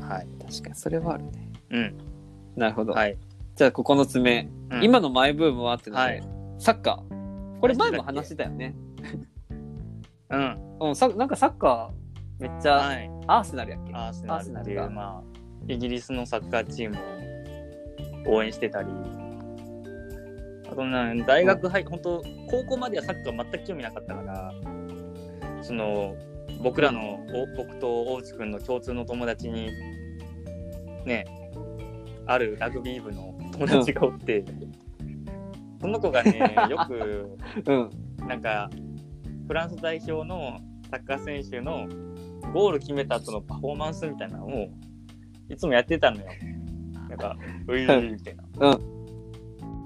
B: はい。
A: 確かに、それはあるね。
B: うん。
A: なるほど。
B: はい。
A: じゃあ、ここの爪、
B: うん、
A: 今のマイブームはってので、
B: はい
A: サッカー。これ前も話してたよね。
B: うん。
A: うん、さなんかサッカー、めっちゃ、
B: はい。
A: アーセナルやっけ
B: アーセ
A: ア
B: ナ
A: ーセ
B: ル
A: ナ
B: って
A: ル
B: い
A: が
B: う、まあ、イギリスのサッカーチームを応援してたり、あとなん大学入、本当高校まではサッカー全く興味なかったから、その、僕らの、お僕と大内くんの共通の友達に、ね、あるラグビー部の友達が おって、その子がね、よく、
A: うん。
B: なんか、フランス代表のサッカー選手のゴール決めた後のパフォーマンスみたいなのをいつもやってたのよ。なんか、ういうみたいな。
A: う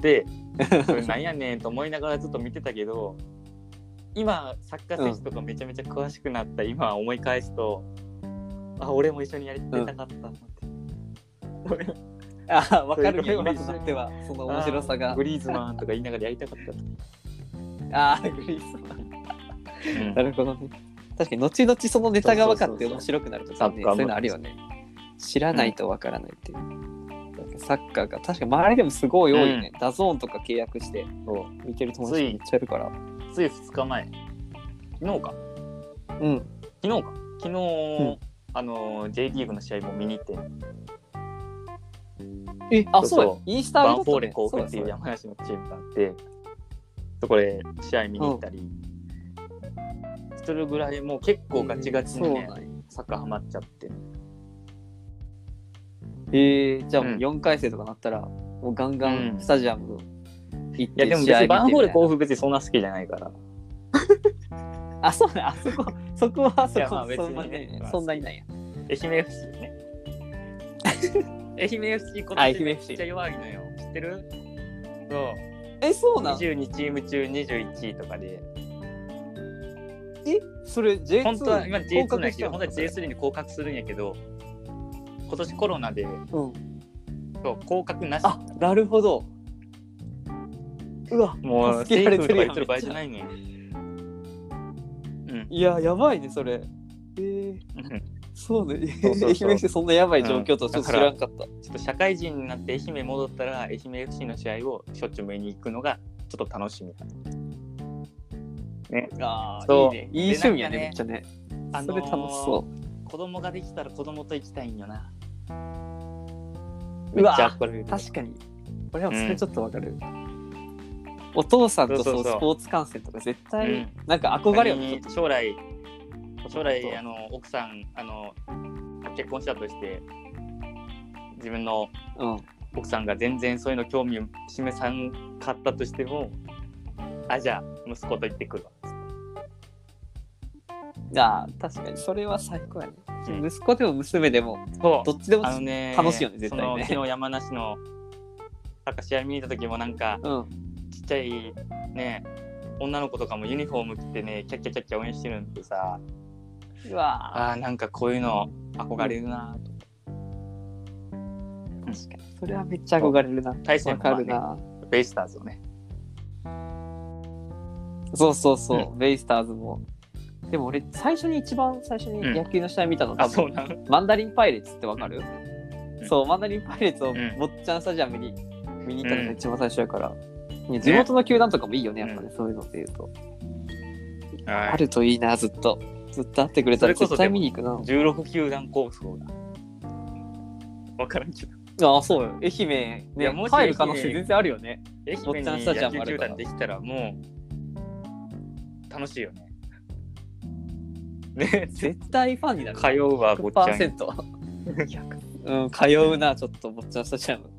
B: で、それなんやねんと思いながらずっと見てたけど、今、サッカー選手とかめちゃめちゃ詳しくなった、今思い返すと、あ、俺も一緒にやりたかったと思って。
A: ああ、わかる
B: そういう
A: よ、
B: こと
A: 今となっては、その面白さ
B: あ
A: が
B: ー。グリーズマンとか言いながらやりたかったと。
A: ああ、グリーズマン。
B: うん
A: なるほどね。確かに、後々そのネタが分かって面白くなるとかね、
B: そうそうそう
A: そういうのあるよね。知らないと分からないっていう。なんかサッカーが、確か周りでもすごい多いね。ダゾーンとか契約して、
B: そう
A: 見てる友達めっちゃいるから。
B: つい2日前、昨日か。
A: うん。
B: 昨日か昨日、
A: ん
B: あの J リーグの試合も見に行って
A: え、あ、
B: そうそ
A: そ
B: う
A: うや。インスタ
B: バ
A: 上
B: ン
A: が
B: フォーレ
A: ね
B: 甲府っていう山梨のチームがあってそこで試合見に行ったり、するぐらいもう結構ガチガチにね、
A: そうなんや
B: サッカーハマっちゃって
A: えー、じゃあもううん4回生とかなったら、もうガンガン
B: うん
A: スタジアム行っ
B: いや
A: て、
B: でも
A: 試合見
B: 別
A: て
B: にバンフォ
A: み
B: ーレ
A: たいな
B: 甲府別にそんな好きじゃないから
A: あ、そうなん、あそこ、そこは、そ
B: いや
A: こ
B: ま
A: は
B: あ別
A: そ
B: に
A: んな
B: ね
A: に、そんなにないや。
B: 愛媛 FC ね愛媛 FC 今
A: あ愛
B: 年
A: 媛
B: め
A: FC
B: っちゃ弱いのよ知ってるそう
A: え、そうなん
B: 22チーム中21位とかで
A: えそれ J2
B: 本当は今 J2 なんやけど
A: 降
B: 本当
A: 格
B: は
A: したの
B: J3 に降格するんやけど今年コロナで
A: うん
B: そう降格なし
A: あなるほどうわ
B: もう
A: 助けられてるやん
B: 政府とか言ってる場合じゃないねうん
A: いややばいねそれえー、そうね
B: そうそう そう
A: 愛媛市そんなやばい状況とはちょっと知らんかった、
B: ちょっと社会人になって愛媛戻ったら愛媛 FC の試合をしょっちゅう見に行くのがちょっと楽しみ
A: あー
B: そう
A: いいねいい趣味やねめ
B: で
A: っちゃね、
B: なんかね
A: それ楽しそ
B: 子供ができたら子供と行きたいんよな
A: うう
B: めっちゃ
A: わ
B: 憧れる
A: 確かに俺はそれちょっとわかる、お父さんとそう
B: そうそうそう
A: スポーツ観戦とか絶対、
B: うん
A: なんか憧れよねちょっ
B: に
A: と
B: 将来将
A: ちょっ
B: 来
A: と
B: あの奥さんあの結婚したとして自分の
A: うん
B: 奥さんが全然そういうの興味を示さんかったとしてもあじゃあ息子と行ってくるわ
A: あー確かにそれは最高やね、
B: うん
A: 息子でも娘でも
B: そ
A: どっちでも
B: あのね
A: 楽しいよね絶対ね
B: その昨日山梨のサッカー試合見に行った時もなんか
A: うん
B: ちっちゃいね女の子とかもユニフォーム着てねキャッキャキャッキャ応援してるんでさ
A: うわ
B: あーなんかこういうの憧れるなと、
A: ー確かにそれはめっちゃ憧れるな
B: 対戦
A: わ
B: もま
A: か
B: あ
A: る
B: ね
A: な
B: ベイスターズをね
A: そうそうそう、ベイスターズもでも俺最初に一番最初に
B: うん
A: 野球の試合見たのが、
B: あそうなん
A: マンダリンパイレーツってわかる、
B: うん
A: そうマンダリンパイレーツを
B: ん
A: 坊っちゃんスタジアムに見に行ったのが
B: うん
A: 一番最初やから、ね地元の球団とかもいいよねやっぱね、そういうので言うと、あるといいなずっとずっと会ってくれたら
B: それこ
A: 絶
B: そ
A: 対見に行くな。
B: 16球団構想が。わからんけど。
A: ああ、そうよ。愛媛
B: いや
A: ね
B: も、し
A: 帰る可能性全然あるよね。
B: 愛
A: 坊っ
B: 媛
A: ちゃん
B: に
A: スタジア
B: 野
A: ムあ
B: 球
A: る
B: 球
A: から
B: 団できたらもう、楽しいよね。 ね、
A: 絶対ファンになる。
B: 通うわ、坊っちゃん。
A: 100%。うん、通うな、ちょっと、ぼっちゃんスタジアム。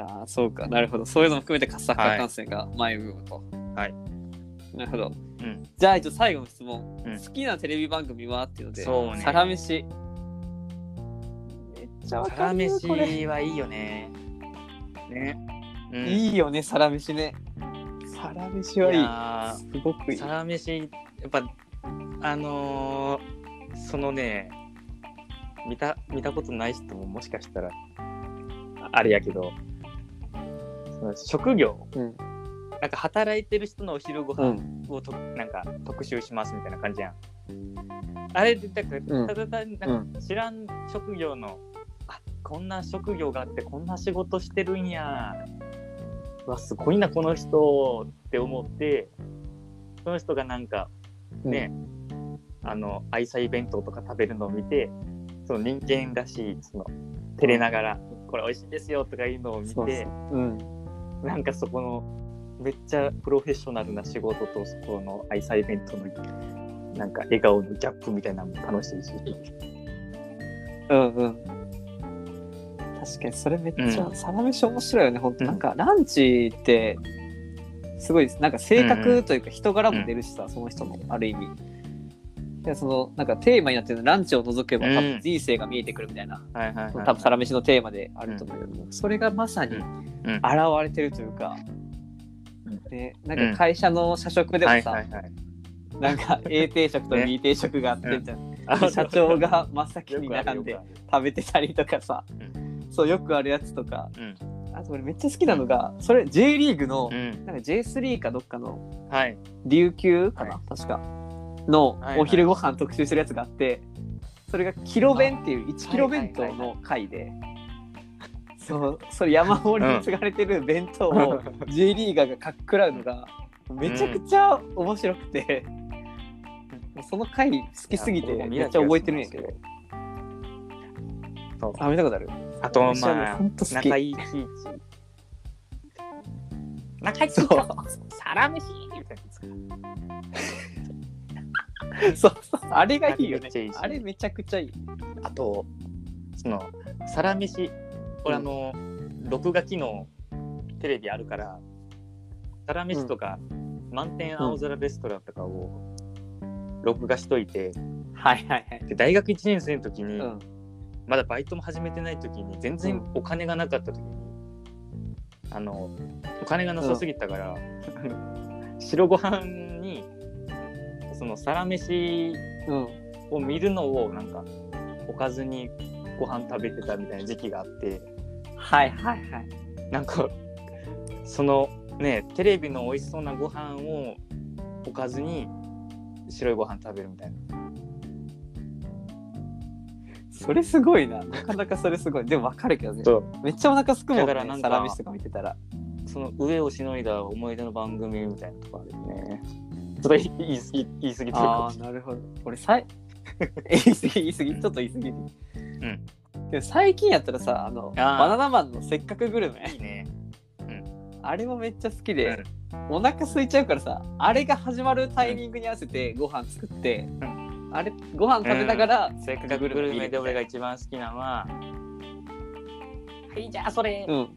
A: ああ、そうか、なるほど。そういうのも含めて、サッカー観戦が前を向くと。
B: はい。
A: なるほど。
B: うん
A: じゃあ、一応最後の質問。
B: うん
A: 好きなテレビ番組はっていうので、
B: そうね
A: サラメシ。めっちゃわ
B: サ
A: か
B: ラ
A: る
B: メ
A: よこれ
B: シはいいよね。ね。うん、
A: いいよね、サラメシね。サラメシはいいい。
B: やー
A: すごくいい
B: サ。ラメシやっぱあのーそのね見た見たことない人ももしかしたらああれやけどその職業
A: うん。
B: なんか働いてる人のお昼ご
A: う
B: 飯
A: ん。
B: をと、なんか特集しますみたいな感じやんあれでだから、
A: うん
B: ただ単になんか知らん職業の、あこんな職業があってこんな仕事してるんやうわすごいなこの人って思ってその人がなんかね、あの愛妻弁当とか食べるのを見てその人間らしいその照れながらこれ美味しいですよとかいうのを見て
A: そうそう。うん。
B: なんかそこのめっちゃプロフェッショナルな仕事とそこの愛妻弁当のなんか笑顔のギャップみたいなのも楽しいし
A: うんうん。確かに、それめっち
B: う
A: ゃ、サラメシ面白いよね、ほんと。
B: うん
A: なんか、ランチって、すごい、なんか性格というか人柄も出るしさ、その人の、ある意味。いや、その、なんかテーマになってるのランチを除けば、
B: うん
A: 多分人生が見えてくるみたいな、
B: はいはい
A: 多分サラメシのテーマであると思うけども、それがまさに
B: う
A: 現
B: うん
A: れてるというか
B: うん、
A: で、なんか会社の社食でもさ、
B: いはい
A: なんか A 定食と
B: ね
A: B 定食があってみたいな、
B: あ
A: 社長が真っ先
B: よ
A: に
B: くある
A: 並ん
B: よ
A: で
B: くある
A: 食べてたりとかさ、
B: う
A: そうよくあるやつとか
B: うん
A: あと俺めっちゃ好きなのがそれ J リーグの、
B: うん
A: なんか J3 かどっかの
B: はい
A: 琉球かな、
B: は
A: 確かの
B: はいはい
A: お昼ご飯特集してるやつがあって、それがキロ弁っていう1キロ弁当
B: はいはいはい
A: の回で、そうそれ山盛りに継がれてる弁当を J リーガーがかっくらうのがめちゃくちゃ面白くて、 もうその回好きすぎてめっちゃ覚えてるんやけど。
B: そう
A: あ見たことある
B: あと
A: 私はね
B: まあ
A: ほんと好き
B: 仲いいキーチ仲いい
A: そう
B: サラメシみたいなやつ
A: そうそうあれがいいよね
B: あれめっちゃいいし
A: あれめちゃくちゃいい
B: あと、その、サラメシ、これあの、録画機能、テレビあるから、サラメシとか、満点青空レストランとかを、録画しといて、
A: はいはいはい
B: で、大学1年生の時に、
A: うん
B: まだバイトも始めてない時に、全然お金がなかった時に、あの、お金がなさすぎたから、 白ご飯に、そのサラメシ
A: うん
B: を見るのをなんかおかずにご飯食べてたみたいな時期があって
A: はいはいはい。
B: なんかそのねテレビの美味しそうなご飯をおかずに白いご飯食べるみたいな
A: それすごいな。なかなかそれすごい。でもわかるけどね。
B: そう
A: めっちゃお腹すくもん
B: だから
A: ね
B: な。ん
A: サ
B: か
A: ラメシとか見てたら。
B: その上をしのいだ思い出の番組みたいなとこあるよねちょっと言い言い過ぎ言い過ぎという
A: あ
B: か。
A: あ、なるほど。俺さい、 言い過ぎ、言い過ぎ、ちょっと言い過ぎ。うんでも最近やったらさ、あの、
B: あー
A: バナナマンのせっかくグルメ
B: い、いね
A: あれもめっちゃ好きで、お腹空いちゃうからさ、あれが始まるタイミングに合わせてご飯作って、あれ、ご飯食べながら、
B: せっかくグルメで俺が一番好きなのははいじゃあそれ
A: うん。
B: ホ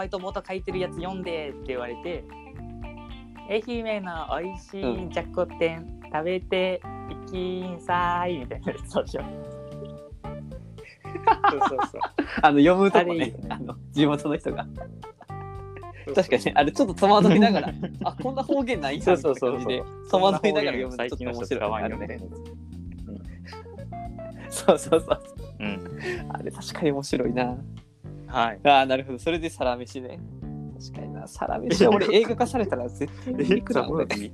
B: ワイトボード書いてるやつ読んでって言われて愛媛の美味しいじゃこ天食べていきんさーいみたいなやつをしようそうそうそう
A: あの、読むとこ
B: あれいい
A: ね
B: よ。
A: あの、地元の人が。確かにね、あれちょっと戸惑いな がら、あ、こんな方言ないんだ
B: そう
A: みた
B: そ
A: いうな感じで、戸
B: そうそうそんな
A: 惑い
B: 方
A: ながら読
B: 言
A: む
B: 最
A: とち
B: 近
A: ょ
B: の
A: っと面白
B: 人使
A: い
B: わん
A: あ
B: よ
A: る
B: みたい
A: ね。
B: なやつ
A: そうそうそう。
B: うん
A: あれ確かに面白いな。
B: はい
A: ああ、なるほど。それでサラメシね。確かにな。サラメシ。俺映画化されたら絶対見に行くな。 俺
B: ビー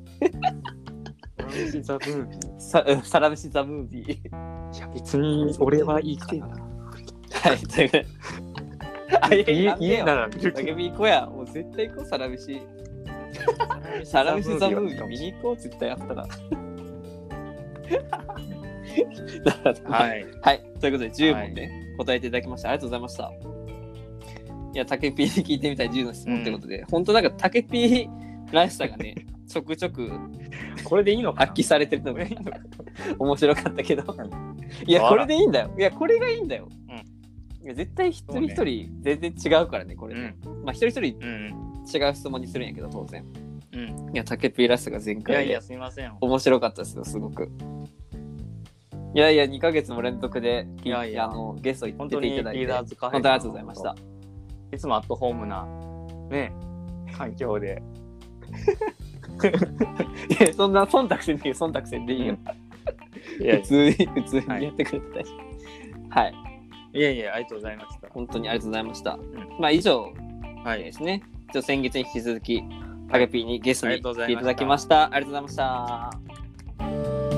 B: ザ・ムービー
A: さうんサラメシザムービー。
B: いや別に俺はいいかな
A: はい、ということで。あ、 いやい
B: 家
A: や
B: 家な
A: ら。
B: ら見る
A: ラ
B: け
A: グ
B: ど
A: ビー行こうや。もう絶対行こう、サラメシ。サラメシザムービー見に行こう、絶対あったら。はい。
B: い。
A: はい。ということで、10問で答えていただきました。ありがとうございました。いや、タケピーに聞いてみたい10の質問ってことで、本当なんかタケピーらしさが ね、ちょくちょく
B: これでいいのかな
A: 発揮されてるの
B: こ
A: が
B: れでいい のか
A: 面白かったけど
B: う。
A: いや、
B: あら
A: これでいいんだよ。いや、これがいいんだよ。いや絶対一
B: そう
A: 人
B: ね
A: 一人全然違うからね、これね。まあ、一人一人
B: うん。
A: 違う質問にするんやけど、当然。
B: うん。
A: いや、タケピーらしさが全
B: いや
A: 開
B: い
A: で
B: や、すいません。
A: 面白かったですよ、すごく。いやいや、2ヶ月も連続で、
B: いやいや
A: あのゲストに
B: 本
A: 出
B: 当
A: て
B: に
A: い
B: リ
A: ただいて、
B: ーダーズカフェ。
A: 本当にありがとうございました。。
B: いつもアットホームな、ね、環境で。
A: いやそんな忖度せんでいいよ、忖度せんでいいよ。
B: い
A: 普通に、普通にやってくれてたし。はい、
B: やいや、ありがとうございました。
A: 本当にありがとうございました。
B: ん
A: まあ、以上
B: は
A: で。すね。じゃあ先月に引き続き、タケピーにゲスト
B: あ
A: に
B: りがとうご
A: 来
B: ざ
A: てい
B: いま
A: た
B: した
A: だきました。ありがとうございました。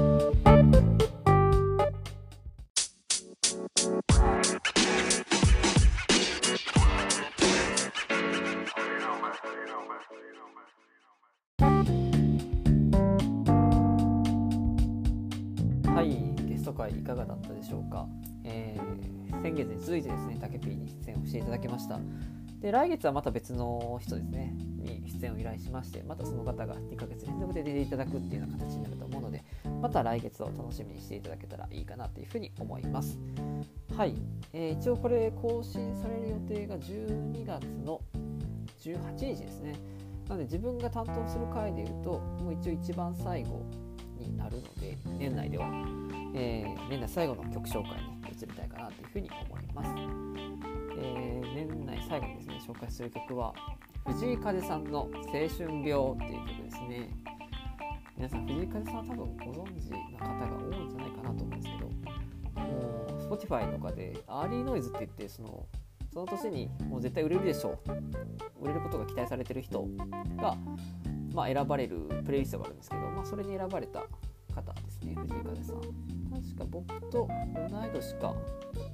A: はい、ゲスト会いかがだったでしょうか。えー先月に続いてですね、タケピーに出演をしていただきました。で、来月はまた別の人ですね、に出演を依頼しまして、またその方が2ヶ月連続で出ていただくっていうような形になると思うので、また来月を楽しみにしていただけたらいいかなというふうに思います。はい、えー一応これ更新される予定が12月の18日ですね。なので自分が担当する回でいうと、もう一応一番最後になるので、年内ではえー年内最後の曲紹介に移りたいかなというふうに思います、えー年内最後にですね紹介する曲は藤井風さんの「青春病」っていう曲ですね皆さん藤井風さんは多分ご存知の方が多いんじゃないかなと思うんですけどもう Spotify とかでアーリーノイズって言ってそのその年にもう絶対売れるでしょう売れることが期待されてる人が、まあ、選ばれるプレイリストがあるんですけど、まあ、それに選ばれた方ですね藤井風さん確か僕と同い年か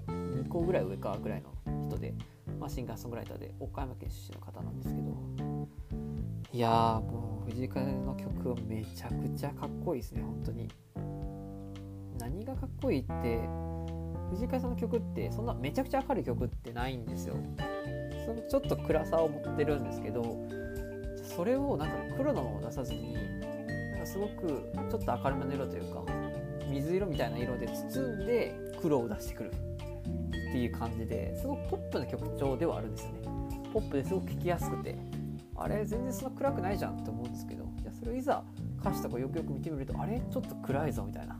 A: 2個ぐらい上かぐらいの人で、まあ、シンガーソングライターで岡山県出身の方なんですけどいやーもう藤井風の曲はめちゃくちゃかっこいいですね本当に何がかっこいいって藤井風さんの曲ってそんなめちゃくちゃ明るい曲ってないんですよそのちょっと暗さを持ってるんですけどそれをなんか黒のまま出さずになんかすごくちょっと明るめの色というか水色みたいな色で包んで黒を出してくるっていう感じですごくポップな曲調ではあるんですよねポップですごく聴きやすくてあれ全然そんな暗くないじゃんって思うんですけどいやそれをいざ歌詞とかよくよく見てみるとあれちょっと暗いぞみたいな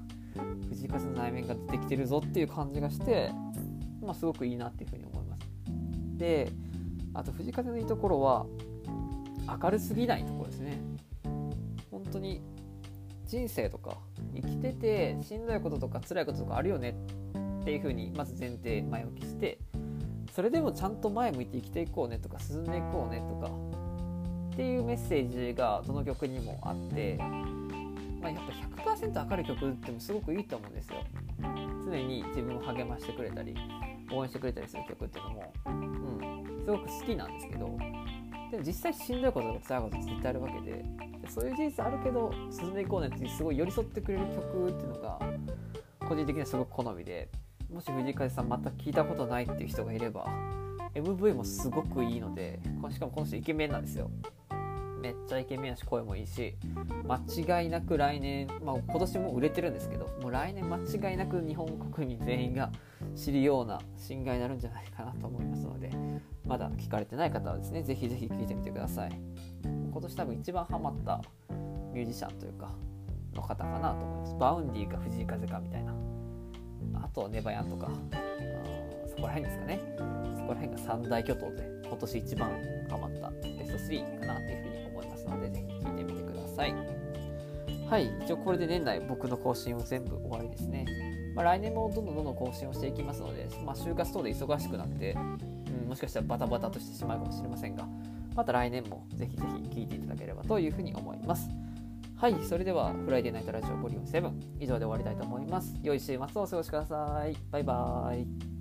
A: 藤井風の内面が出てきてるぞっていう感じがして、まあ、すごくいいなっていうふうに思いますであと藤井風のいいところは明るすぎないところですね本当に人生とか生きててしんどいこととか辛いこととかあるよねっていうふうにまず前提前置きしてそれでもちゃんと前向いて生きていこうねとか進んでいこうねとかっていうメッセージがどの曲にもあって、まあ、やっぱ100%明るい曲ってもすごくいいと思うんですよ。常に自分を励ましてくれたり応援してくれたりする曲っていうのも、うん、すごく好きなんですけどでも実際しんどいこととか辛いことって絶対あるわけででそういう事実あるけど進んでいこうねっていうすごい寄り添ってくれる曲っていうのが個人的にはすごく好みでもし藤井風さんまた聞いたことないっていう人がいれば MV もすごくいいのでこしかもこの人イケメンなんですよめっちゃイケメンやし声もいいし間違いなく来年、まあ、今年も売れてるんですけどもう来年間違いなく日本国民全員が知るような侵害になるんじゃないかなと思いますのでまだ聞かれてない方はですねぜひぜひ聞いてみてください今年多分一番ハマったミュージシャンというかの方かなと思いますバウンディか藤井風かみたいなあとはネバヤンとかうんそこら辺ですかねそこら辺が三大巨頭で今年一番ハマったベスト3かなというふうに思いますのでぜひ聴いてみてくださいはい一応これで年内僕の更新を全部終わりですね、まあ、来年もどんどんどんどん更新をしていきますので、まあ、就活等で忙しくなって、うん、もしかしたらバタバタとしてしまうかもしれませんがまた来年もぜひぜひ聴いていただければというふうに思いますはいそれでは「フライデーナイトラジオボリューム7以上で終わりたいと思います良い週末をお過ごしくださいバイバイ